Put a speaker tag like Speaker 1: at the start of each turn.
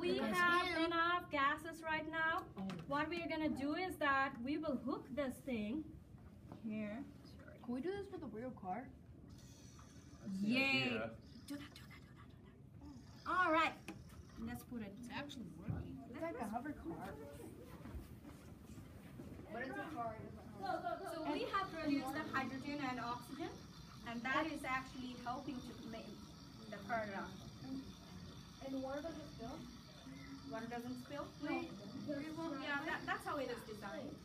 Speaker 1: we
Speaker 2: Because
Speaker 1: have
Speaker 2: him-
Speaker 1: enough gases right now.
Speaker 3: Oh.
Speaker 1: What we are gonna do is that we will hook this thing here.
Speaker 2: Can we do this with a real car?
Speaker 1: Yay! Do that, do that, do that, do that. All right, let's put it.
Speaker 3: It's actually working.
Speaker 2: It's like a hover car. But it's a car. It doesn't hover.
Speaker 1: So we have produced the hydrogen and oxygen, and that is actually helping to make the car run.
Speaker 2: And water doesn't spill?
Speaker 1: Water doesn't spill. We, we will, yeah, that, that's how it is designed.